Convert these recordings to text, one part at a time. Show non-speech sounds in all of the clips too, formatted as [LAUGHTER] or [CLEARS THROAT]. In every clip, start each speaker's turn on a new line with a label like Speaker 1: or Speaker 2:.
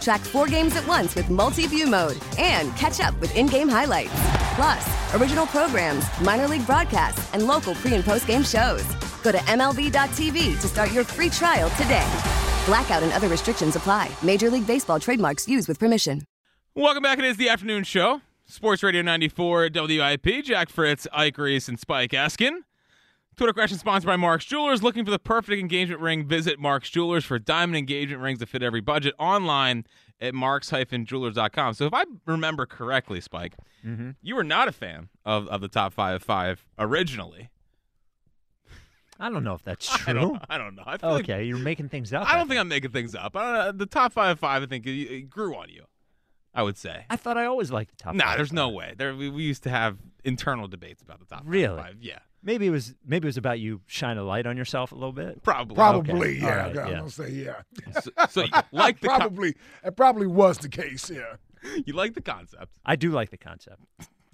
Speaker 1: Track four games at once with multi-view mode and catch up with in-game highlights. Plus, original programs, minor league broadcasts, and local pre- and post-game shows. Go to MLB.tv to start your free trial today. Blackout and other restrictions apply. Major League Baseball trademarks used with permission.
Speaker 2: Welcome back. It is the afternoon show. Sports Radio 94 WIP. Jack Fritz, Ike Reese, and Spike Eskin. Twitter question sponsored by Mark's Jewelers. Looking for the perfect engagement ring? Visit Mark's Jewelers for diamond engagement rings that fit every budget online at marks-jewelers.com. So if I remember correctly, Spike,
Speaker 3: Mm-hmm.
Speaker 2: you were not a fan of, of the top five of five originally.
Speaker 3: I don't know if that's
Speaker 2: [LAUGHS] I
Speaker 3: true.
Speaker 2: don't, I don't know. I feel like-
Speaker 3: [LAUGHS] Okay, you're making things up.
Speaker 2: I don't think I'm making things up. I don't know. The top five of five, I think, it, it grew on you, I would say.
Speaker 3: I thought I always liked the top.
Speaker 2: Nah,
Speaker 3: five. uh,
Speaker 2: there's no way. There, we, we used to have internal debates about the top five of
Speaker 3: Really?
Speaker 2: five. Yeah,
Speaker 3: Maybe it was maybe it was about you shine a light on yourself a little bit.
Speaker 2: probably.
Speaker 4: Probably,
Speaker 3: All
Speaker 4: yeah.
Speaker 3: right,
Speaker 4: I'm
Speaker 3: yeah.
Speaker 4: gonna say yeah.
Speaker 2: So, so you like the con-
Speaker 4: probably that probably was the case, yeah.
Speaker 2: you like the concept.
Speaker 3: I do like the concept.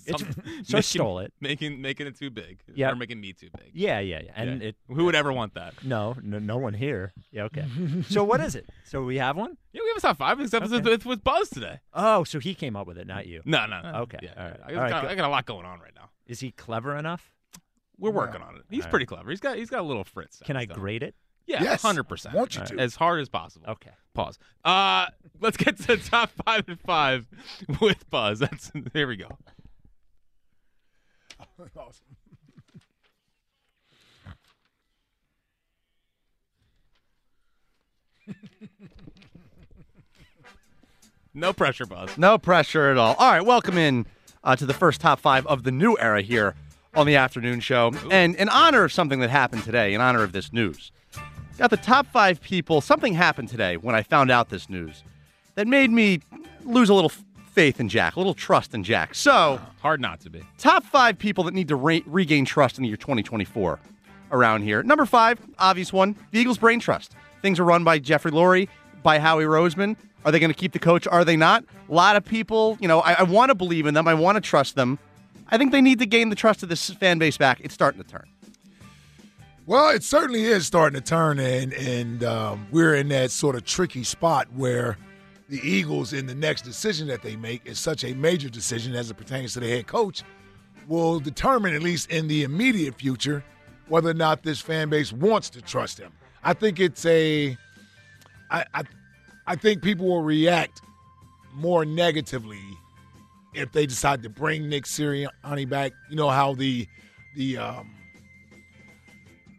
Speaker 3: It's, [LAUGHS]
Speaker 2: Some- [LAUGHS]
Speaker 3: so I stole it.
Speaker 2: Making making it too big.
Speaker 3: Yeah.
Speaker 2: Or making me too big.
Speaker 3: Yeah, yeah, yeah. And
Speaker 2: Yeah.
Speaker 3: it
Speaker 2: Who would ever want that?
Speaker 3: no, no, no one here.
Speaker 2: [LAUGHS]
Speaker 3: Yeah, okay. so what is it? So we have one.
Speaker 2: Yeah, we have a top five, except it's
Speaker 3: Okay.
Speaker 2: with, with Buzz today.
Speaker 3: Oh, so he came up with it, not you.
Speaker 2: No, no. no.
Speaker 3: Okay,
Speaker 2: Yeah,
Speaker 3: all right,
Speaker 2: I,
Speaker 3: all right,
Speaker 2: got,
Speaker 3: go-
Speaker 2: I got a lot going on right now.
Speaker 3: Is he clever enough?
Speaker 2: We're working on it. He's
Speaker 3: right.
Speaker 2: pretty clever. He's got he's got a little fritz.
Speaker 3: Can I
Speaker 2: so.
Speaker 3: grade it?
Speaker 2: Yeah,
Speaker 4: Yes,
Speaker 2: hundred percent.
Speaker 4: want you All right. to.
Speaker 2: as hard as possible.
Speaker 3: Okay.
Speaker 2: Pause. Uh, let's get to the top five and five with Buzz. That's here we go.
Speaker 4: [LAUGHS] Awesome.
Speaker 2: No pressure, Buzz.
Speaker 5: No pressure at all. All right, welcome in uh, to the first top five of the new era here on the afternoon show. And in honor of something that happened today, in honor of this news, got the top five people. Something happened today when I found out this news that made me lose a little f- faith in Jack, a little trust in Jack. So,
Speaker 2: Hard not to be.
Speaker 5: top five people that need to re- regain trust in the year 2024 around here. Number five, obvious one, the Eagles Brain Trust. Things are run by Jeffrey Lurie, by Howie Roseman. Are they going to keep the coach? Are they not? A lot of people, you know, I, I want to believe in them. I want to trust them. I think they need to gain the trust of this fan base back. It's starting to turn.
Speaker 4: Well, it certainly is starting to turn, and and um, we're in that sort of tricky spot where the Eagles, in the next decision that they make, is such a major decision as it pertains to the head coach, will determine at least in the immediate future whether or not this fan base wants to trust him. I think it's a, I I, I think people will react more negatively if they decide to bring Nick Sirianni back. You know how the the um,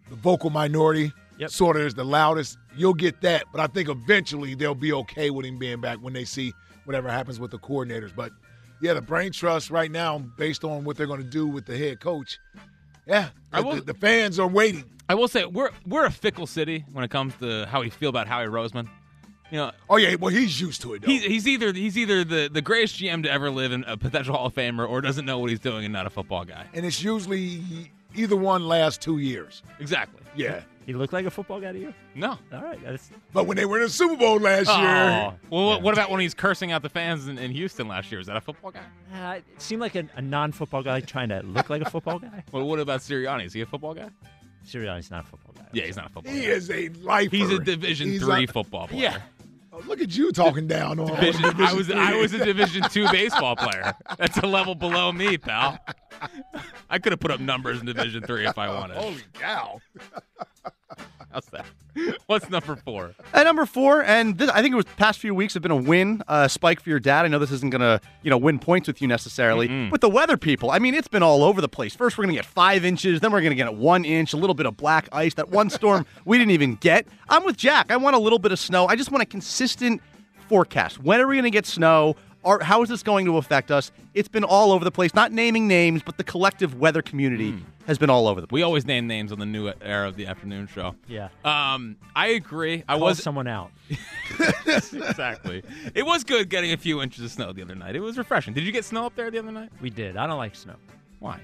Speaker 4: the vocal minority
Speaker 3: Yep.
Speaker 4: sort of is the loudest. You'll get that, but I think eventually they'll be okay with him being back when they see whatever happens with the coordinators. But yeah, the brain trust right now, based on what they're going to do with the head coach, yeah,
Speaker 2: I
Speaker 4: the,
Speaker 2: will-
Speaker 4: the fans are waiting.
Speaker 2: I will say we're we're a fickle city when it comes to how we feel about Howie Roseman. You know,
Speaker 4: Oh yeah, well he's used to it. Though.
Speaker 2: He's, he's either he's either the, the greatest GM to ever live in a potential Hall of Famer or doesn't know what he's doing and not a football guy.
Speaker 4: and it's usually either one lasts two years.
Speaker 2: Exactly.
Speaker 4: Yeah,
Speaker 3: He looked like a football guy to you.
Speaker 2: No.
Speaker 3: All right, that's
Speaker 4: but when they were in the Super Bowl last year,
Speaker 2: Oh. Well, what, what about when he's cursing out the fans in, in Houston last year? Is that a football guy?
Speaker 3: Uh, it seemed like a, a non-football guy trying to look like a football
Speaker 2: [LAUGHS]
Speaker 3: guy.
Speaker 2: Well, what about Sirianni? Is he a football guy?
Speaker 3: Sirianni's not a football guy.
Speaker 2: Yeah, he's not a football
Speaker 4: He
Speaker 2: guy.
Speaker 4: is a lifer.
Speaker 2: He's a Division
Speaker 4: He's
Speaker 2: three
Speaker 4: a-
Speaker 2: football
Speaker 4: [LAUGHS]
Speaker 2: player.
Speaker 3: Yeah.
Speaker 4: Oh, look at you talking down on
Speaker 2: Division- I was
Speaker 4: three.
Speaker 2: I was a Division two baseball player. That's a level below me, pal. I could have put up numbers in Division three if I wanted.
Speaker 4: Holy cow!
Speaker 2: How's that? What's number four?
Speaker 5: At number four, and this, I think it was past few weeks have been a win uh, spike for your dad. I know this isn't gonna you know win points with you necessarily,
Speaker 2: Mm-hmm.
Speaker 5: but the weather people. I mean, it's been all over the place. First, we're gonna get five inches, then we're gonna get one inch, a little bit of black ice. That
Speaker 2: [LAUGHS]
Speaker 5: one storm we didn't even get. I'm with Jack. I want a little bit of snow. I just want a consistent forecast. When are we gonna get snow? are, how is this going to affect us? It's been all over the place. Not naming names, but the collective weather community has been all over the place.
Speaker 2: Mm. We always name names on the new era of the afternoon show.
Speaker 3: Yeah.
Speaker 2: Um, I agree. I
Speaker 3: Call
Speaker 2: was [LAUGHS]
Speaker 3: someone out.
Speaker 2: exactly. It was good getting a few inches of snow the other night. It was refreshing. Did you get snow up there the other night?
Speaker 3: We did. I don't like snow.
Speaker 2: Why?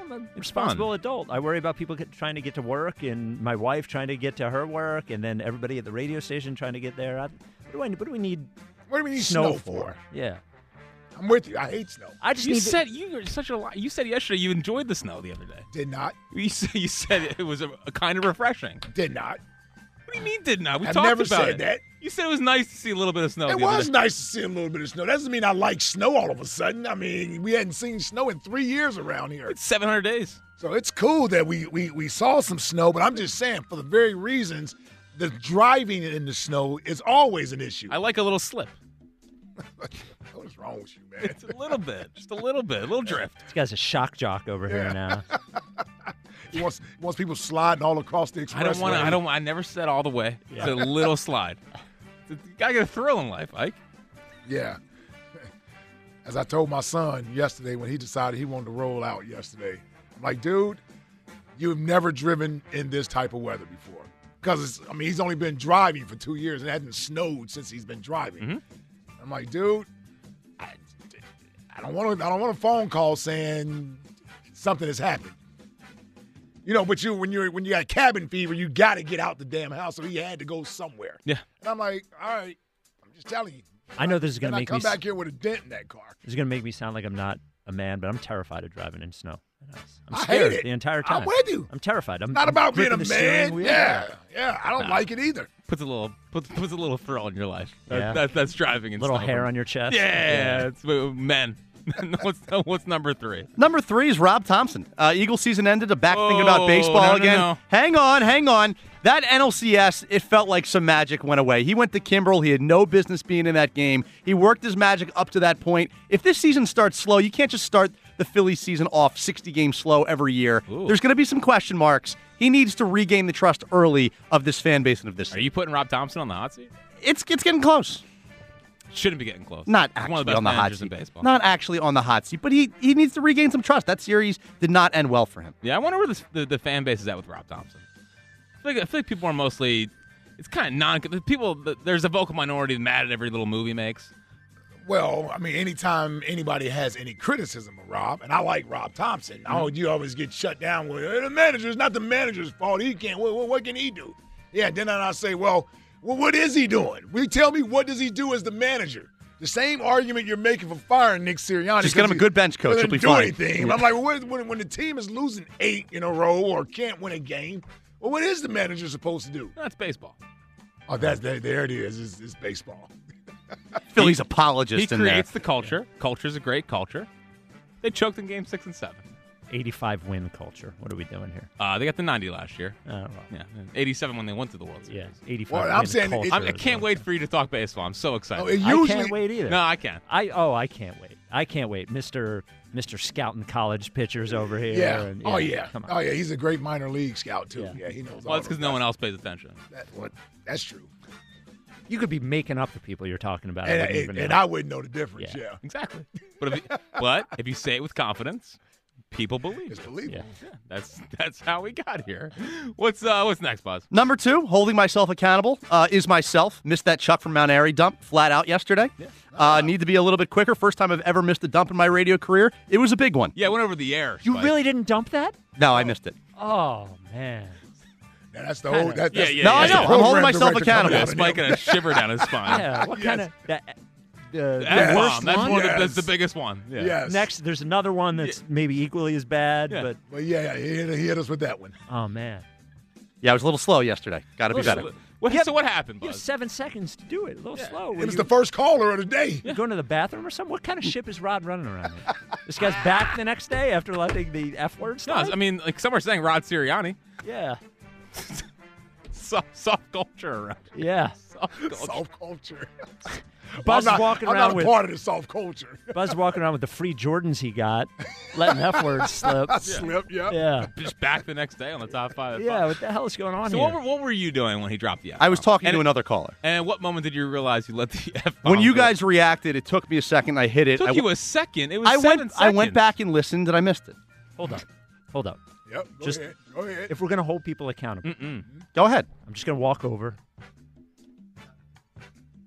Speaker 3: I'm a responsible adult. I worry about people get, trying to get to work, and my wife trying to get to her work, and then everybody at the radio station trying to get there. I, what do I? What do we need
Speaker 4: What do we need
Speaker 3: snow,
Speaker 4: snow,
Speaker 3: for?
Speaker 4: for?
Speaker 3: Yeah.
Speaker 4: I'm with you. I hate snow.
Speaker 3: I just
Speaker 2: You
Speaker 3: need.
Speaker 2: said you were such a li You said yesterday you enjoyed the snow the other day.
Speaker 4: Did not.
Speaker 2: You said, you said it was a, a kind of refreshing.
Speaker 4: Did not.
Speaker 2: What do you mean did not? We
Speaker 4: I've
Speaker 2: talked
Speaker 4: never
Speaker 2: about
Speaker 4: said
Speaker 2: it.
Speaker 4: that.
Speaker 2: You said it was nice to see a little bit of snow.
Speaker 4: It
Speaker 2: the other
Speaker 4: was
Speaker 2: day.
Speaker 4: nice to see a little bit of snow. That doesn't mean I like snow all of a sudden. I mean, we hadn't seen snow in three years around here.
Speaker 2: It's 700 days.
Speaker 4: So it's cool that we, we, we saw some snow, but I'm just saying, for the very reasons, the driving in the snow is always an issue.
Speaker 2: I like a little slip.
Speaker 4: what is wrong with you, man?
Speaker 2: It's a little bit, just a little bit, a little drift.
Speaker 3: this guy's a shock jock over here
Speaker 4: [LAUGHS]
Speaker 3: now.
Speaker 4: He wants, he wants people sliding all across the expressway.
Speaker 2: I don't want to. I don't. I never said all the way. It's a little slide. You gotta get a thrill in life, Ike.
Speaker 4: Yeah. As I told my son yesterday when he decided he wanted to roll out yesterday, I'm like, dude, you've never driven in this type of weather before. Because, I mean, he's only been driving for two years and it hasn't snowed since he's been driving.
Speaker 3: Mm-hmm.
Speaker 4: I'm like, dude, I, I don't want to. I don't want a phone call saying something has happened. You know, but you when you're when you got cabin fever, you got to get out the damn house. So he had to go somewhere.
Speaker 2: Yeah.
Speaker 4: And I'm like, all right, I'm just telling you.
Speaker 3: I know this is
Speaker 4: And
Speaker 3: gonna
Speaker 4: I
Speaker 3: make
Speaker 4: come
Speaker 3: me. s-
Speaker 4: back here with a dent in that car.
Speaker 3: This is gonna make me sound like I'm not a man, but I'm terrified of driving in snow. I'm
Speaker 4: I hate
Speaker 3: scared
Speaker 4: it.
Speaker 3: the entire
Speaker 4: I'm
Speaker 3: time.
Speaker 4: with you.
Speaker 3: I'm terrified. I'm
Speaker 4: Not
Speaker 3: I'm
Speaker 4: about being a
Speaker 3: gripping the steering
Speaker 4: man.
Speaker 3: wheel.
Speaker 4: Yeah, yeah. I don't like it either.
Speaker 2: Puts a little puts, puts a little thrill in your life. That,
Speaker 3: Yeah.
Speaker 2: that- that's driving. And
Speaker 3: Little
Speaker 2: stuff.
Speaker 3: hair on your chest.
Speaker 2: Yeah, it's uh, men. [LAUGHS] what's, what's number three?
Speaker 5: Number three is Rob Thompson. Uh, Eagle season ended. A back thinking
Speaker 2: Oh,
Speaker 5: about
Speaker 2: no,
Speaker 5: baseball
Speaker 2: no,
Speaker 5: again.
Speaker 2: no.
Speaker 5: Hang on, hang on. That NLCS, it felt like some magic went away. He went to Kimbrel. He had no business being in that game. He worked his magic up to that point. If this season starts slow, you can't just start the Phillies season off 60 games slow every year. There's going to be some question marks. He needs to regain the trust early of this fan base and of this.
Speaker 2: Are you putting Rob Thompson on the hot seat?
Speaker 5: It's it's getting close.
Speaker 2: Shouldn't be getting close.
Speaker 5: Not
Speaker 2: He's
Speaker 5: actually
Speaker 2: one of the best
Speaker 5: on the hot
Speaker 2: managers
Speaker 5: seat.
Speaker 2: in baseball.
Speaker 5: Not actually on the hot seat, but he he needs to regain some trust. That series did not end well for him.
Speaker 2: Yeah, I wonder where this, the the fan base is at with Rob Thompson. I feel like, I feel like people are mostly. It's kind of non. the People there's a vocal minority mad at every little movie he makes.
Speaker 4: Well, I mean, anytime anybody has any criticism of Rob, and I like Rob Thompson, oh, you always get shut down with "Hey, the manager. It's not the manager's fault. He can't. What, what, what can he do? Yeah. Then I say, well, well, what is he doing? Will you tell me what does he do as the manager? The same argument you're making for firing Nick Sirianni.
Speaker 5: Just get him a good bench coach.
Speaker 4: He'll
Speaker 5: He'll be
Speaker 4: do
Speaker 5: fine.
Speaker 4: anything. And I'm like, well, what, when, when the team is losing eight in a row or can't win a game, well, what is the manager supposed to do?
Speaker 2: That's baseball.
Speaker 4: Oh, that's there, there it is. It's, it's baseball.
Speaker 5: Phillies
Speaker 2: He
Speaker 5: apologist in there.
Speaker 2: creates the culture. Culture's a great culture. They choked in game six and seven.
Speaker 3: 85 win culture. What are we doing here?
Speaker 2: Uh, they got the 90 last year.
Speaker 3: I don't know.
Speaker 2: Yeah, 87 when they went to the World
Speaker 3: Yeah,
Speaker 2: Series.
Speaker 3: 85.
Speaker 4: Well, I'm
Speaker 3: win
Speaker 4: saying it-
Speaker 3: culture
Speaker 2: I'm, I
Speaker 3: is
Speaker 2: can't
Speaker 3: what
Speaker 2: wait for you to talk baseball. I'm so excited.
Speaker 4: Oh, it
Speaker 3: I'm- I
Speaker 4: usually
Speaker 3: can't wait either.
Speaker 2: no, I can't.
Speaker 3: I oh, I can't wait. I can't wait. Mister Mister Scouting college pitchers over here.
Speaker 4: Yeah.
Speaker 3: and-
Speaker 4: Oh yeah.
Speaker 3: Come on.
Speaker 4: Oh yeah. He's a great minor league scout too.
Speaker 3: Yeah.
Speaker 4: Yeah. he knows.
Speaker 2: Well,
Speaker 4: all
Speaker 2: that's because
Speaker 4: those
Speaker 2: no one
Speaker 4: guys.
Speaker 2: else pays attention.
Speaker 4: That- what- that's true.
Speaker 3: You could be making up the people you're talking about. I
Speaker 4: And,
Speaker 3: wouldn't
Speaker 4: and-
Speaker 3: even
Speaker 4: and
Speaker 3: know.
Speaker 4: I wouldn't know the difference.
Speaker 3: Yeah.
Speaker 4: Yeah.
Speaker 2: Exactly. But
Speaker 3: [LAUGHS]
Speaker 2: if, you- but if you say it with confidence, people believe.
Speaker 4: It's
Speaker 2: it.
Speaker 4: believable.
Speaker 2: Yeah, that's that's how we got here. What's uh what's next, Buzz?
Speaker 5: Number two, holding myself accountable uh, is myself. Missed that Chuck from Mount Airy dump flat out yesterday. Uh, need to be a little bit quicker. First time I've ever missed a dump in my radio career. It was a big one.
Speaker 2: Yeah, it went over the air.
Speaker 3: you
Speaker 2: Spike.
Speaker 3: really didn't dump that?
Speaker 5: No, I missed it.
Speaker 3: Oh
Speaker 4: [LAUGHS]
Speaker 3: man.
Speaker 4: Now, that's the whole. That,
Speaker 2: Yeah,
Speaker 4: that's,
Speaker 2: yeah,
Speaker 5: No, I
Speaker 4: that's the
Speaker 5: know. I'm
Speaker 4: program
Speaker 5: holding myself
Speaker 4: director coming
Speaker 5: accountable.
Speaker 2: Yeah,
Speaker 4: out of
Speaker 2: Spike
Speaker 4: him.
Speaker 2: got a shiver down his spine.
Speaker 3: Yeah. What kind of that? The, the
Speaker 2: That's,
Speaker 3: worst
Speaker 2: bomb. that's
Speaker 3: one.
Speaker 2: one. of the-
Speaker 4: Yes.
Speaker 2: that's the biggest one. Yeah.
Speaker 4: Yes.
Speaker 3: Next, there's another one that's maybe equally as bad,
Speaker 2: Yeah.
Speaker 3: but
Speaker 4: But yeah, yeah, he hit, he hit us with that one.
Speaker 3: oh man,
Speaker 5: Yeah, I was a little slow yesterday. Got to be better.
Speaker 2: What, so what happened,
Speaker 3: you have
Speaker 2: Buzz?
Speaker 3: seven seconds to do it. A little slow. Were
Speaker 4: It was
Speaker 3: you-
Speaker 4: the first caller of the day.
Speaker 3: You going to the bathroom or something? What kind of ship is Rod running around? in? this guy's back the next day after letting the F word
Speaker 2: No,
Speaker 3: slide?
Speaker 2: I mean, like some are saying Rod Sirianni. [LAUGHS]
Speaker 3: yeah,
Speaker 2: Soft, soft culture around.
Speaker 3: yeah.
Speaker 4: soft culture. [LAUGHS]
Speaker 3: Buzz
Speaker 4: I'm not,
Speaker 3: walking
Speaker 4: I'm
Speaker 3: around
Speaker 4: not a
Speaker 3: with
Speaker 4: part of the soft culture. [LAUGHS]
Speaker 3: Buzz walking around with the free Jordans he got, letting F
Speaker 2: [LAUGHS]
Speaker 3: word slip.
Speaker 4: I slip, yep.
Speaker 3: Yeah.
Speaker 2: Just back the next day on the top five.
Speaker 3: Yeah, what the hell is going on
Speaker 2: So
Speaker 3: here?
Speaker 2: what were, what were you doing when he dropped the F?
Speaker 5: I was talking
Speaker 2: and,
Speaker 5: to another caller.
Speaker 2: And what moment did you realize you let the F?
Speaker 5: When you guys reacted, it Oh, took me a second. I hit it.
Speaker 2: took
Speaker 5: I,
Speaker 2: you a second. It was
Speaker 5: I went.
Speaker 2: seven
Speaker 5: I went
Speaker 2: seconds.
Speaker 5: back and listened, and I missed it.
Speaker 3: hold up. Hold up.
Speaker 4: Yep. Go
Speaker 3: Just-
Speaker 4: ahead. Go ahead.
Speaker 3: If we're going to hold people accountable,
Speaker 5: Go ahead.
Speaker 3: I'm just going to walk over.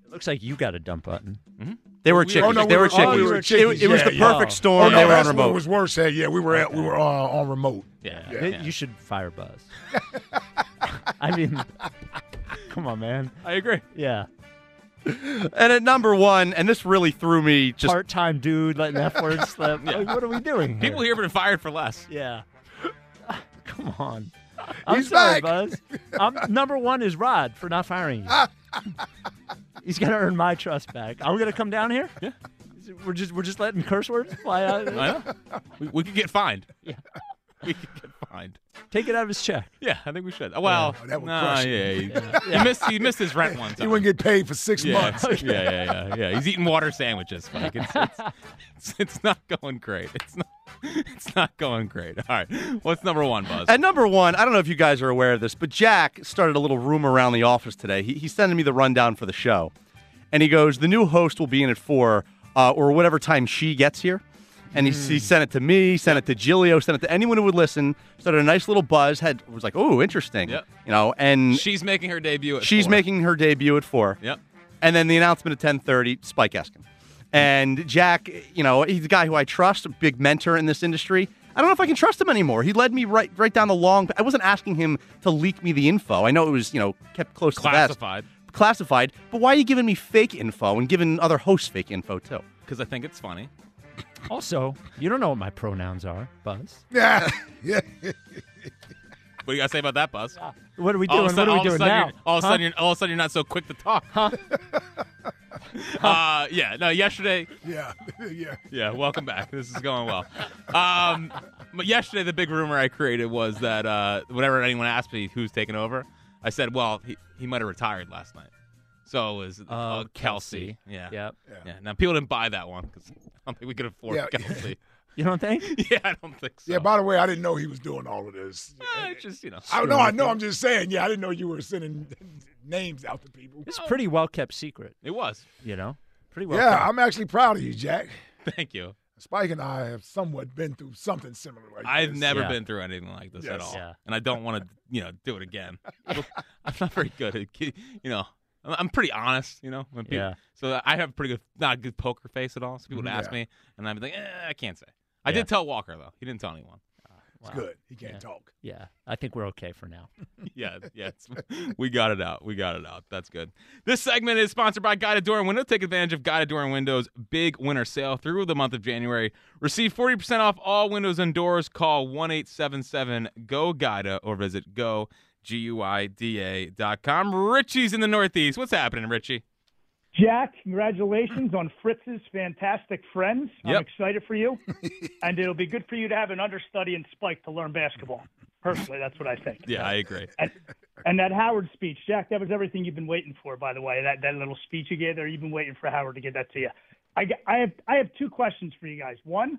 Speaker 3: It looks like you got a dump button.
Speaker 5: They were
Speaker 2: we-
Speaker 5: chickens.
Speaker 2: Oh, no, we
Speaker 5: they were
Speaker 2: were- oh,
Speaker 5: chickens.
Speaker 4: we were
Speaker 5: It-
Speaker 4: chickens.
Speaker 5: It, was
Speaker 4: Yeah,
Speaker 5: the
Speaker 4: yeah.
Speaker 5: perfect
Speaker 4: Oh,
Speaker 5: storm.
Speaker 4: no,
Speaker 5: they were on
Speaker 4: that's what
Speaker 5: remote.
Speaker 4: was worse. Hey, yeah, we were at, we were uh, on remote.
Speaker 2: Yeah.
Speaker 3: Th- You should fire Buzz.
Speaker 2: [LAUGHS]
Speaker 3: I mean, come on, man.
Speaker 2: I agree.
Speaker 3: Yeah.
Speaker 5: and at number one, and this really threw me. Just
Speaker 3: Part time dude letting F word slip. Like, what are we doing?
Speaker 2: People
Speaker 3: here.
Speaker 2: here have been fired for less.
Speaker 3: Yeah. Come on. I'm
Speaker 4: He's
Speaker 3: sorry,
Speaker 4: back.
Speaker 3: Buzz. I'm, number one is Rod for not firing you. He's gonna earn my trust back. Are we gonna come down here? Yeah. We're just we're just letting curse words fly
Speaker 2: I
Speaker 3: out.
Speaker 2: know. We, we could get
Speaker 5: [LAUGHS]
Speaker 2: fined. Yeah. [LAUGHS] We could get fined.
Speaker 3: Take it out of his check.
Speaker 2: Yeah, I think we should. Well,
Speaker 4: that would
Speaker 2: nah,
Speaker 4: crush
Speaker 2: yeah,
Speaker 5: [LAUGHS]
Speaker 2: he, he missed. He missed his rent once.
Speaker 4: He wouldn't get paid for six
Speaker 2: [LAUGHS] yeah,
Speaker 4: months.
Speaker 2: yeah, yeah, yeah, yeah. He's eating water sandwiches. Like it's, it's, it's, it's not going great. It's not. [LAUGHS] It's not going great. All right. What's number one, Buzz?
Speaker 5: At number one, I don't know if you guys are aware of this, but Jack started a little rumor around the office today. He, he's sending me the rundown for the show. And he goes, The new host will be in at four uh, or whatever time she gets here. And he, he sent it to me, sent it to Gilio, sent it to anyone who would listen. Started a nice little buzz, had was like, Oh, interesting.
Speaker 2: Yep.
Speaker 5: You know, and
Speaker 2: She's making her debut. At
Speaker 5: she's
Speaker 2: four.
Speaker 5: making her debut at four.
Speaker 2: Yep.
Speaker 5: And then the announcement at ten thirty, Spike Eskin. And Jack, you know, he's a guy who I trust, a big mentor in this industry. I don't know if I can trust him anymore. He led me right right down the long. I wasn't asking him to leak me the info. I know it was you know kept close
Speaker 2: Classified.
Speaker 5: to the vest, classified. But why are you giving me fake info and giving other hosts fake info too?
Speaker 2: Because I think it's funny.
Speaker 3: Also, you don't know what my pronouns are, Buzz.
Speaker 4: Yeah. yeah.
Speaker 2: What do you got to say about that, Buzz?
Speaker 3: What are we doing?
Speaker 2: All of a
Speaker 3: what
Speaker 2: sudden, all
Speaker 3: are
Speaker 2: of
Speaker 3: we
Speaker 2: a
Speaker 3: doing
Speaker 2: sudden
Speaker 3: now?
Speaker 2: you're- all of a
Speaker 3: Huh?
Speaker 2: sudden, you're all of a sudden, you're not so quick to talk. Uh, yeah. No. Yesterday,
Speaker 4: Yeah. [LAUGHS] yeah.
Speaker 2: Yeah, welcome back. This is going well. Um, but yesterday, the big rumor I created was that uh, whenever anyone asked me who's taking over, I said, "Well, he, he might have retired last night." So it was uh,
Speaker 3: Oh,
Speaker 2: Kelsey.
Speaker 3: Kelsey.
Speaker 2: Yeah.
Speaker 3: Yep.
Speaker 2: yeah, Now people didn't buy that one because I don't think we could afford
Speaker 4: Yeah. [LAUGHS]
Speaker 2: Kelsey. [LAUGHS]
Speaker 3: You don't think?
Speaker 2: yeah, I don't think so.
Speaker 4: Yeah, by the way, I didn't know he was doing all of this.
Speaker 2: Eh, it's just you know.
Speaker 4: I know, I know. I'm just saying. Yeah, I didn't know you were sending [LAUGHS] names out to people.
Speaker 3: It's a pretty well kept secret.
Speaker 2: It was.
Speaker 3: You know, pretty well.
Speaker 4: Yeah,
Speaker 3: kept.
Speaker 4: I'm actually proud of you, Jack.
Speaker 2: Thank you.
Speaker 4: Spike and I have somewhat been through something similar. Like
Speaker 2: I've
Speaker 4: this.
Speaker 2: never
Speaker 3: Yeah.
Speaker 2: been through anything like this at
Speaker 4: Yes.
Speaker 2: all,
Speaker 3: Yeah.
Speaker 2: and I don't want to, you know, do it again. [LAUGHS] I'm not very good at, ki- you know, I'm I'm pretty honest, you know. When people,
Speaker 3: Yeah.
Speaker 2: So I have pretty good, not a good poker face at all. So people would ask
Speaker 4: Mm-hmm. Yeah.
Speaker 2: me, and I'd be like, eh, I can't say. I
Speaker 3: Yeah.
Speaker 2: did tell Walker though; he didn't tell anyone.
Speaker 4: It's
Speaker 3: Wow.
Speaker 4: good. He can't talk.
Speaker 3: Yeah, I think we're okay for now.
Speaker 2: yeah, yeah, it's- we got it out. We got it out. That's good. This segment is sponsored by Guided Door and Window. Take advantage of Guided Door and Windows' big winter sale through the month of January. Receive 40% off all windows and doors. Call 1 877 GO GUIDA or visit go com. Richie's in the Northeast. What's happening, Richie?
Speaker 6: Jack, congratulations on Fritz's fantastic friends.
Speaker 2: Yep.
Speaker 6: I'm excited
Speaker 7: [LAUGHS]
Speaker 6: for you. and it'll be good for you to have an understudy in Spike to learn basketball. Personally, that's what I think.
Speaker 2: Yeah, I agree.
Speaker 6: And, and that Howard speech, Jack, that was everything you've been waiting for, by the way. That that little speech you gave there, you've been waiting for Howard to get that to you. I, g- I have I have two questions for you guys. One,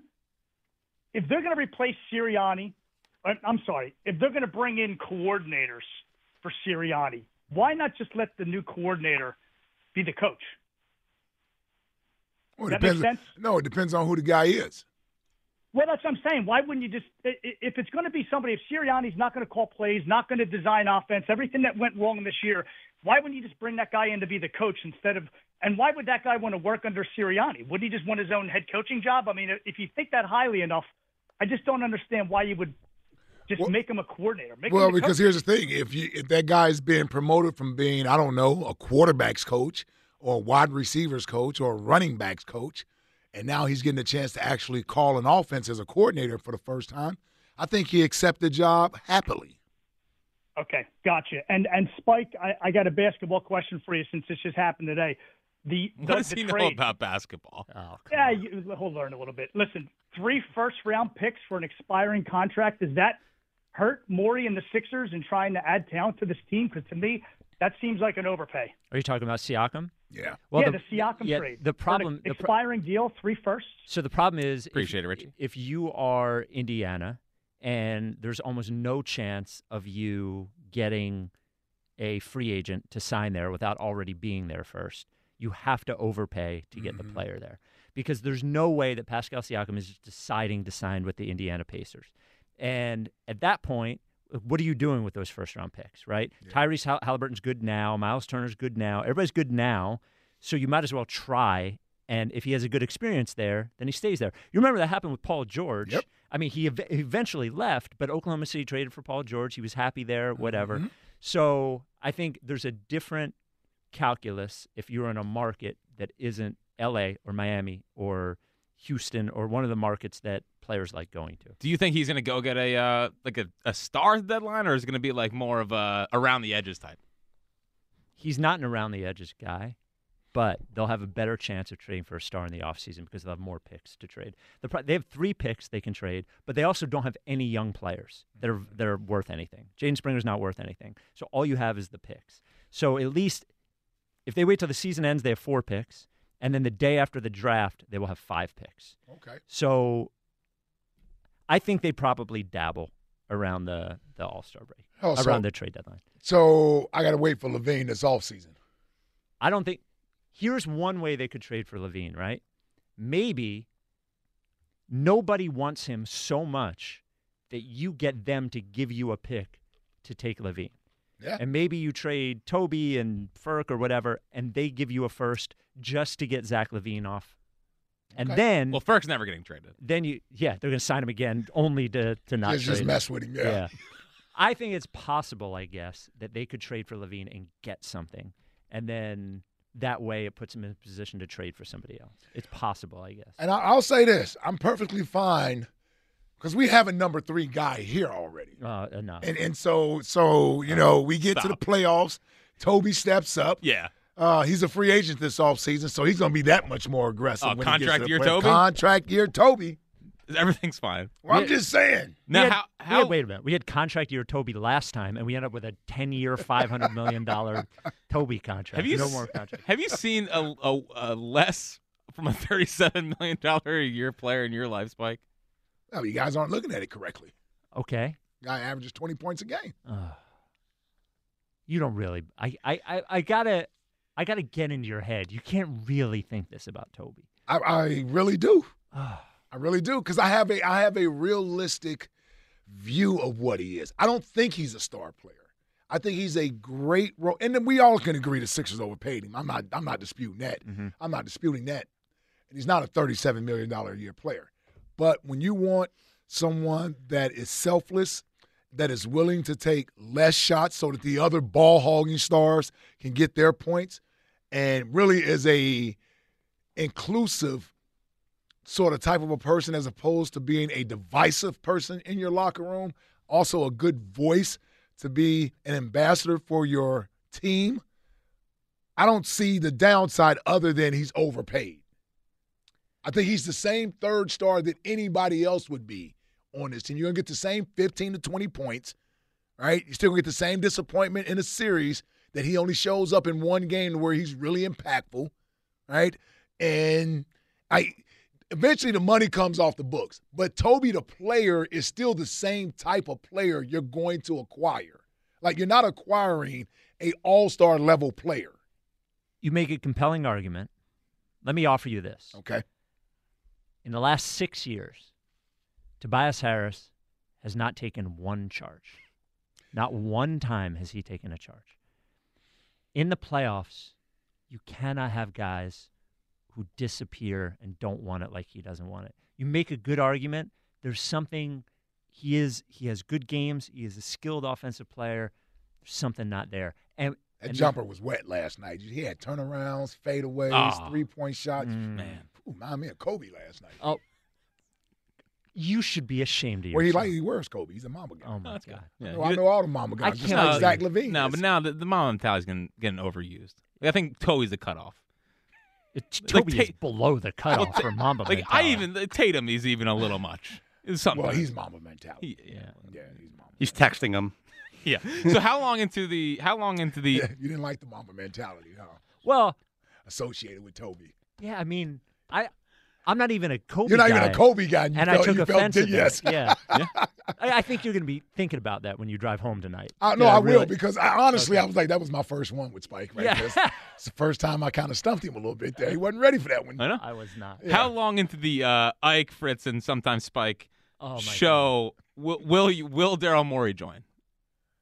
Speaker 6: if they're going to replace Sirianni, I- I'm sorry, if they're going to bring in coordinators for Sirianni, why not just let the new coordinator be the coach?
Speaker 4: Well, it
Speaker 6: That makes
Speaker 4: depends-
Speaker 6: sense.
Speaker 4: No, it depends on who the guy is.
Speaker 6: Well, that's what I'm saying. Why wouldn't you just, i- i- if it's going to be somebody, if Sirianni's not going to call plays, not going to design offense, everything that went wrong this year, why wouldn't you just bring that guy in to be the coach instead of, and why would that guy want to work under Sirianni? Would he just want his own head coaching job? I mean, if you think that highly enough, I just don't understand why you would just
Speaker 4: Well-
Speaker 6: make him a coordinator. Make
Speaker 4: Well,
Speaker 6: him the
Speaker 4: because
Speaker 6: coach.
Speaker 4: here's the thing: if you if that guy's being promoted from being, I don't know, a quarterbacks coach or a wide receivers coach or a running backs coach, and now he's getting a chance to actually call an offense as a coordinator for the first time, I think he accepts the job happily.
Speaker 6: Okay, gotcha. And and Spike, I, I got a basketball question for you since this just happened today. The
Speaker 2: What
Speaker 6: the-
Speaker 2: does
Speaker 6: the
Speaker 2: he know
Speaker 6: trade.
Speaker 2: about basketball?
Speaker 3: Oh, come
Speaker 6: Yeah, you, he'll learn a little bit. Listen, three first round picks for an expiring contract. Does that hurt Morey and the Sixers in trying to add talent to this team? Because to me, That seems like an overpay.
Speaker 3: Are you talking about Siakam?
Speaker 4: Yeah.
Speaker 6: yeah, the, Siakam
Speaker 3: yeah,
Speaker 6: trade.
Speaker 3: The
Speaker 6: For
Speaker 3: problem.
Speaker 6: the
Speaker 3: The pro-
Speaker 6: expiring deal, three firsts.
Speaker 3: so the problem is,
Speaker 2: Appreciate
Speaker 3: if,
Speaker 2: it, Richie.
Speaker 3: If you are Indiana, and there's almost no chance of you getting a free agent to sign there without already being there first, you have to overpay to
Speaker 2: Mm-hmm.
Speaker 3: get the player there because there's no way that Pascal Siakam is deciding to sign with the Indiana Pacers. And at that point, what are you doing with those first round picks, right? Tyrese Hal- Halliburton's good now. Miles Turner's good now. Everybody's good now. So you might as well try. And if he has a good experience there, then he stays there. You remember that happened with Paul George.
Speaker 4: Yep.
Speaker 3: I mean, he ev- eventually left, but Oklahoma City traded for Paul George. He was happy there, whatever. So I think there's a different calculus if you're in a market that isn't LA or Miami or Houston or one of the markets that players like going to.
Speaker 2: Do you think he's going to go get a uh, like a, a star deadline, or is it going to be like more of a around the edges type?
Speaker 3: He's not an around the edges guy, but they'll have a better chance of trading for a star in the offseason because they'll have more picks to trade. The pro- they have three picks they can trade, but they also don't have any young players that are that are worth anything. Jaden Springer's not worth anything. So all you have is the picks. So at least if they wait till the season ends, they have four picks. And then the day after the draft, they will have five picks.
Speaker 4: Okay.
Speaker 3: So I think they probably dabble around the, the All Star break,
Speaker 4: Oh, so-
Speaker 3: around the trade deadline.
Speaker 4: So I got to wait for Levine this offseason.
Speaker 3: I don't think. Here's one way they could trade for Levine, right? Maybe nobody wants him so much that you get them to give you a pick to take Levine.
Speaker 4: Yeah.
Speaker 3: And maybe you trade Toby and Ferk or whatever, and they give you a first just to get Zach Levine off. And
Speaker 4: Okay.
Speaker 3: then,
Speaker 2: Well, Ferk's never getting traded.
Speaker 3: then you, yeah, they're going to sign him again only to, to not
Speaker 4: Just,
Speaker 3: trade
Speaker 4: just
Speaker 3: him.
Speaker 4: mess with him. Yeah.
Speaker 3: Yeah. I think it's possible, I guess, that they could trade for Levine and get something. And then that way it puts him in a position to trade for somebody else. It's possible, I guess.
Speaker 4: And I, I'll say this I'm perfectly fine because we have a number three guy here already.
Speaker 3: Uh, enough.
Speaker 4: And, and so, so you know, we get to the
Speaker 2: Stop.
Speaker 4: playoffs. Toby steps up.
Speaker 2: Yeah.
Speaker 4: Uh, he's a free agent this offseason, so he's going to be that much more aggressive.
Speaker 2: Oh,
Speaker 4: when he gets to
Speaker 2: contract
Speaker 4: the
Speaker 2: year
Speaker 4: playoffs.
Speaker 2: Toby?
Speaker 4: Contract year Toby.
Speaker 2: [LAUGHS] Everything's fine.
Speaker 4: Well, I'm
Speaker 3: Yeah.
Speaker 4: just saying.
Speaker 3: We
Speaker 2: Now,
Speaker 3: had-
Speaker 2: how,
Speaker 3: we
Speaker 2: how
Speaker 3: had- wait a minute. We had contract year Toby last time, and we ended up with a
Speaker 2: [LAUGHS]
Speaker 3: 10 year, $500 million Toby contract.
Speaker 2: Have you
Speaker 3: no
Speaker 2: s-
Speaker 3: more contract.
Speaker 2: have you seen a, a, a less from a thirty-seven million dollar a year player in your life, Spike?
Speaker 4: No, Oh, you guys aren't looking at it correctly.
Speaker 3: Okay.
Speaker 4: Guy averages 20 points a game.
Speaker 3: You don't really. I, I, I, I gotta. I gotta get into your head. You can't really think this about Toby.
Speaker 4: I, I really
Speaker 2: [SIGHS]
Speaker 4: do. I really do because I have a I have a realistic view of what he is. I don't think he's a star player. I think he's a great role, and then we all can agree the Sixers overpaid him. I'm not I'm not disputing that.
Speaker 2: Mm-hmm.
Speaker 4: I'm not disputing that. And he's not a 37 million dollar a year player. But when you want someone that is selfless, that is willing to take less shots so that the other ball hogging stars can get their points, and really is a inclusive sort of type of a person as opposed to being a divisive person in your locker room. Also, a good voice to be an ambassador for your team. I don't see the downside other than he's overpaid. I think he's the same third star that anybody else would be on this team. You're going to get the same 15 to 20 points, right? You're still going to get the same disappointment in a series that he only shows up in one game where he's really impactful, right? And I eventually the money comes off the books. But Toby, the player, is still the same type of player you're going to acquire. Like you're not acquiring a all star level player.
Speaker 3: You make a compelling argument. Let me offer you this.
Speaker 4: Okay.
Speaker 3: In the last six years, Tobias Harris has not taken one charge. Not one time has he taken a charge. In the playoffs, you cannot have guys who disappear and don't want it like he doesn't want it. You make a good argument. There's something he is he has good games, he is a skilled offensive player. There's something not there. And,
Speaker 4: That
Speaker 3: and-
Speaker 4: jumper was wet last night. He had turnarounds, fadeaways,
Speaker 2: Ah.
Speaker 4: three point
Speaker 3: Mm.
Speaker 4: shots.
Speaker 2: Man.
Speaker 4: Ooh, remind me of Kobe last night.
Speaker 3: Oh, you should be ashamed of yourself.
Speaker 4: Where he like he wears Kobe. He's a mama guy.
Speaker 3: Oh my
Speaker 2: That's good.
Speaker 3: god.
Speaker 2: Yeah.
Speaker 4: No, I know all the mama guys, just
Speaker 3: can't-
Speaker 4: like Zach Levine.
Speaker 2: No,
Speaker 4: is.
Speaker 2: but now the, the mom mentality's getting getting overused. Like, I think Toby's the cutoff.
Speaker 3: It,
Speaker 2: Like,
Speaker 3: Toby is
Speaker 2: take-
Speaker 3: below the cutoff for Mamba.
Speaker 2: Like I
Speaker 3: mentality.
Speaker 2: even Tatum is even a little much. It's something.
Speaker 4: well, he's mama mentality.
Speaker 2: He- yeah.
Speaker 4: Yeah, he's mama. [LAUGHS]
Speaker 5: He's texting him.
Speaker 2: yeah. So how long into the how long into the
Speaker 4: you didn't like the Mamba mentality, huh?
Speaker 3: Well,
Speaker 4: Associated with Toby.
Speaker 3: yeah, I mean, I I'm not even a Kobe.
Speaker 4: You're not even
Speaker 3: guy,
Speaker 4: a Kobe guy, and you
Speaker 3: and
Speaker 4: felt,
Speaker 3: I took
Speaker 4: you felt
Speaker 3: offense.
Speaker 4: di-
Speaker 3: at
Speaker 4: yes.
Speaker 3: that.
Speaker 2: [LAUGHS]
Speaker 3: Yeah, I, I think you're going to be thinking about that when you drive home tonight.
Speaker 4: I, Uh, no,
Speaker 3: Yeah,
Speaker 4: I will
Speaker 3: really.
Speaker 4: because I honestly, I was like, that was my first one with Spike. Right?
Speaker 3: Yeah.
Speaker 4: That's- It's the first time I kind of stumped him a little bit there. He wasn't ready for that one.
Speaker 2: I know.
Speaker 3: I was not.
Speaker 2: How long into the uh, Ike Fritz and sometimes Spike
Speaker 3: Oh my God.
Speaker 2: show will, will you will Daryl Morey join?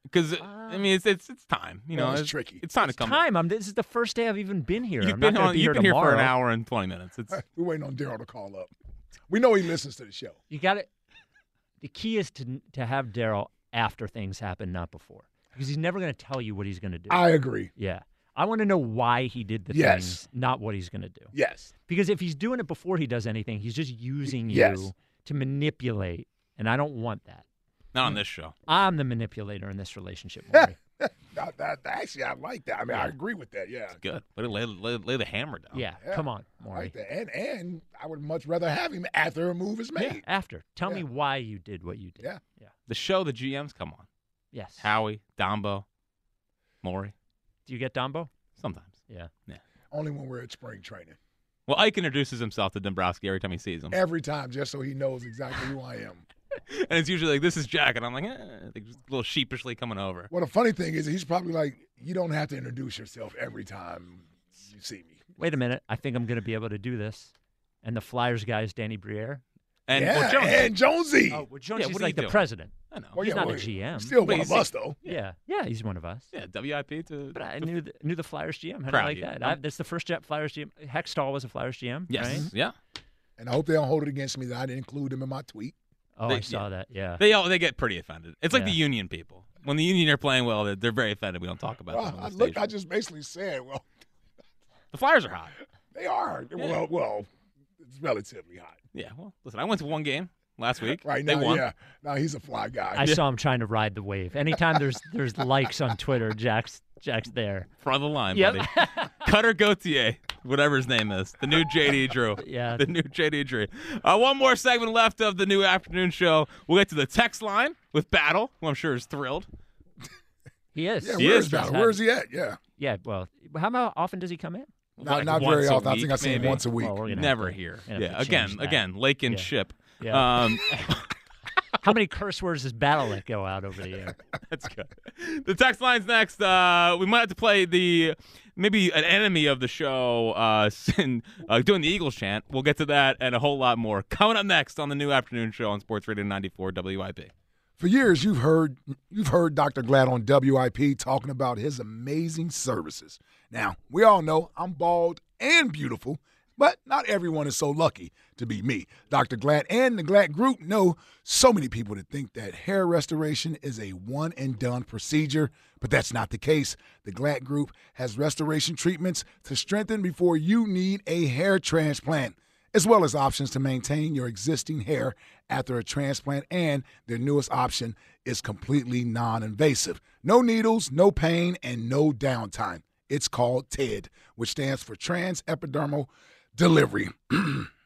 Speaker 2: Because I mean, it's it's it's time. You
Speaker 4: Well,
Speaker 2: know,
Speaker 4: it's tricky.
Speaker 2: It's time to come.
Speaker 3: Time. I'm, this is the first day I've even been here.
Speaker 2: You've
Speaker 3: I'm
Speaker 2: been
Speaker 3: not gonna
Speaker 2: on.
Speaker 3: be
Speaker 2: you've
Speaker 3: here
Speaker 2: been here for an
Speaker 3: tomorrow.
Speaker 2: hour and twenty minutes. It's
Speaker 4: We're waiting on Daryl to call up. We know he listens to the show.
Speaker 3: You got it. The key is to to have Daryl after things happen, not before, because he's never going to tell you what he's going to do.
Speaker 4: I agree.
Speaker 3: yeah, I want to know why he did the
Speaker 4: Yes.
Speaker 3: things, not what he's going to do.
Speaker 4: Yes.
Speaker 3: Because if he's doing it before he does anything, he's just using you
Speaker 4: yes.
Speaker 3: to manipulate, and I don't want that.
Speaker 2: not on this show.
Speaker 3: I'm the manipulator in
Speaker 4: [LAUGHS]
Speaker 3: this relationship. Maury.
Speaker 4: That- that- actually, I like that. I mean, I agree with that. Yeah.
Speaker 2: Good. But lay, lay, lay the hammer down.
Speaker 3: yeah,
Speaker 4: Oh, Yeah.
Speaker 3: come on,
Speaker 4: I
Speaker 3: Maury.
Speaker 4: like that. And and I would much rather have him after a move is
Speaker 3: Yeah,
Speaker 4: made.
Speaker 3: after, tell me
Speaker 4: Yeah.
Speaker 3: why you did what you did.
Speaker 4: Yeah.
Speaker 3: yeah,
Speaker 2: The show the GMs come on.
Speaker 3: yes.
Speaker 2: Howie, Dombo, Morey.
Speaker 3: do you get Dombo?
Speaker 2: Sometimes.
Speaker 3: Yeah.
Speaker 4: Only when we're at spring training.
Speaker 2: Well, Ike introduces himself to Dombrowski every time he sees him,
Speaker 4: Every time, just so he knows exactly who I am.
Speaker 2: and it's usually like, "This is Jack," and I'm like, eh, like just a little sheepishly coming over.
Speaker 4: Well, the funny thing is, he's probably like, you don't have to introduce yourself every time you see me.
Speaker 3: Wait a minute, I think I'm going to be able to do this. And the Flyers guys, Danny Briere.
Speaker 2: And
Speaker 4: yeah,
Speaker 2: well, Jones,
Speaker 4: and Jonesy.
Speaker 3: Oh, well, Jones
Speaker 2: Yeah,
Speaker 3: is
Speaker 2: what are you
Speaker 3: like the
Speaker 2: doing?
Speaker 3: president.
Speaker 2: I know.
Speaker 4: Well,
Speaker 3: he's
Speaker 4: yeah,
Speaker 3: not a
Speaker 4: well,
Speaker 3: GM.
Speaker 4: Still
Speaker 2: Wait,
Speaker 4: one of
Speaker 2: see-
Speaker 4: us, though.
Speaker 3: Yeah, yeah, he's one of us.
Speaker 2: Yeah, WIP to.
Speaker 3: But I knew the, knew the Flyers GM. How do
Speaker 2: Proud
Speaker 3: you
Speaker 2: of
Speaker 3: like
Speaker 2: you.
Speaker 3: that? I, that's the first Jet Flyers GM. Hextall was a Flyers GM.
Speaker 2: yes, Mm-hmm.
Speaker 3: right?
Speaker 2: yeah.
Speaker 4: And I hope they don't hold it against me that I didn't include him in my tweet.
Speaker 3: Oh,
Speaker 2: They-
Speaker 3: I saw that. Yeah.
Speaker 2: They all they get pretty offended. It's like the
Speaker 3: Yeah.
Speaker 2: union people. When the union are playing well, they're, they're very offended. We don't talk about
Speaker 4: Well,
Speaker 2: them. On
Speaker 4: I,
Speaker 2: the,
Speaker 4: look,
Speaker 2: station.
Speaker 4: I just basically said, well,
Speaker 2: the Flyers are hot.
Speaker 4: they are. Well, well, it's relatively hot.
Speaker 2: Yeah. Well, listen, I went to one game
Speaker 4: [LAUGHS]
Speaker 2: last week.
Speaker 4: Right
Speaker 2: they
Speaker 4: now,
Speaker 2: won.
Speaker 4: yeah. Now he's a fly guy.
Speaker 3: I saw him trying to ride the wave. Anytime there's [LAUGHS] there's likes on Twitter, Jack's Jack's there.
Speaker 2: Front of the line,
Speaker 3: Yep. [LAUGHS]
Speaker 2: buddy. Cutter Gauthier, whatever his name is, the new JD Drew.
Speaker 3: Yeah.
Speaker 2: The new JD Drew. Uh, one more segment left of the new afternoon show. We'll get to the text line with Battle, who I'm sure is thrilled.
Speaker 3: He is.
Speaker 4: yeah,
Speaker 2: He
Speaker 4: where's
Speaker 2: is
Speaker 4: Val?
Speaker 3: Val.
Speaker 4: Where's he at? Yeah.
Speaker 3: Yeah. Well, how mo- often does he come in?
Speaker 4: Not,
Speaker 2: Like
Speaker 4: not
Speaker 2: once
Speaker 4: very
Speaker 2: a
Speaker 4: often. I
Speaker 2: week,
Speaker 4: think I see him
Speaker 2: maybe.
Speaker 4: once a week.
Speaker 3: Well, we're gonna have
Speaker 2: Never
Speaker 3: to-
Speaker 2: here.
Speaker 3: gonna
Speaker 2: Yeah.
Speaker 3: have to change
Speaker 2: Again,
Speaker 3: that.
Speaker 2: again, Lake and
Speaker 3: Yeah.
Speaker 2: Ship.
Speaker 3: Yeah.
Speaker 2: Um,
Speaker 3: How many curse words does Battle.net go out over the
Speaker 4: [LAUGHS]
Speaker 3: air?
Speaker 2: [LAUGHS] That's good. The text line's next. Uh, we might have to play the maybe an enemy of the show uh, [LAUGHS] sin- uh, doing the Eagles chant. We'll get to that and a whole lot more coming up next on the new afternoon show on Sports Radio 94 WIP.
Speaker 4: For years, you've heard you've heard Dr. Glad on WIP talking about his amazing services. Now, we all know I'm bald and beautiful, but not everyone is so lucky to be me. Dr. Glad and the Glad Group know so many people that think that hair restoration is a one and done procedure, but that's not the case. The Glad Group has restoration treatments to strengthen before you need a hair transplant as well as options to maintain your existing hair after a transplant. And their newest option is completely non invasive. No needles, no pain, and no downtime. It's called TED, which stands for Trans Epidermal Delivery. [CLEARS THROAT]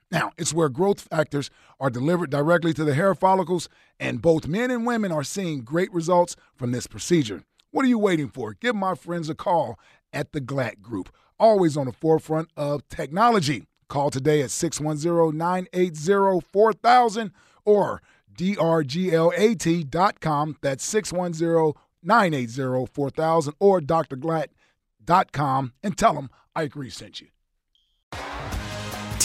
Speaker 4: Now, it's where growth factors are delivered directly to the hair follicles, and both men and women are seeing great results from this procedure. What are you waiting for? Give my friends a call at the GLAT Group, always on the forefront of technology. Call today at 610 980 4000 or drglat.com. That's 610 980 4000 or drglat.com and tell them Ike Reese sent you.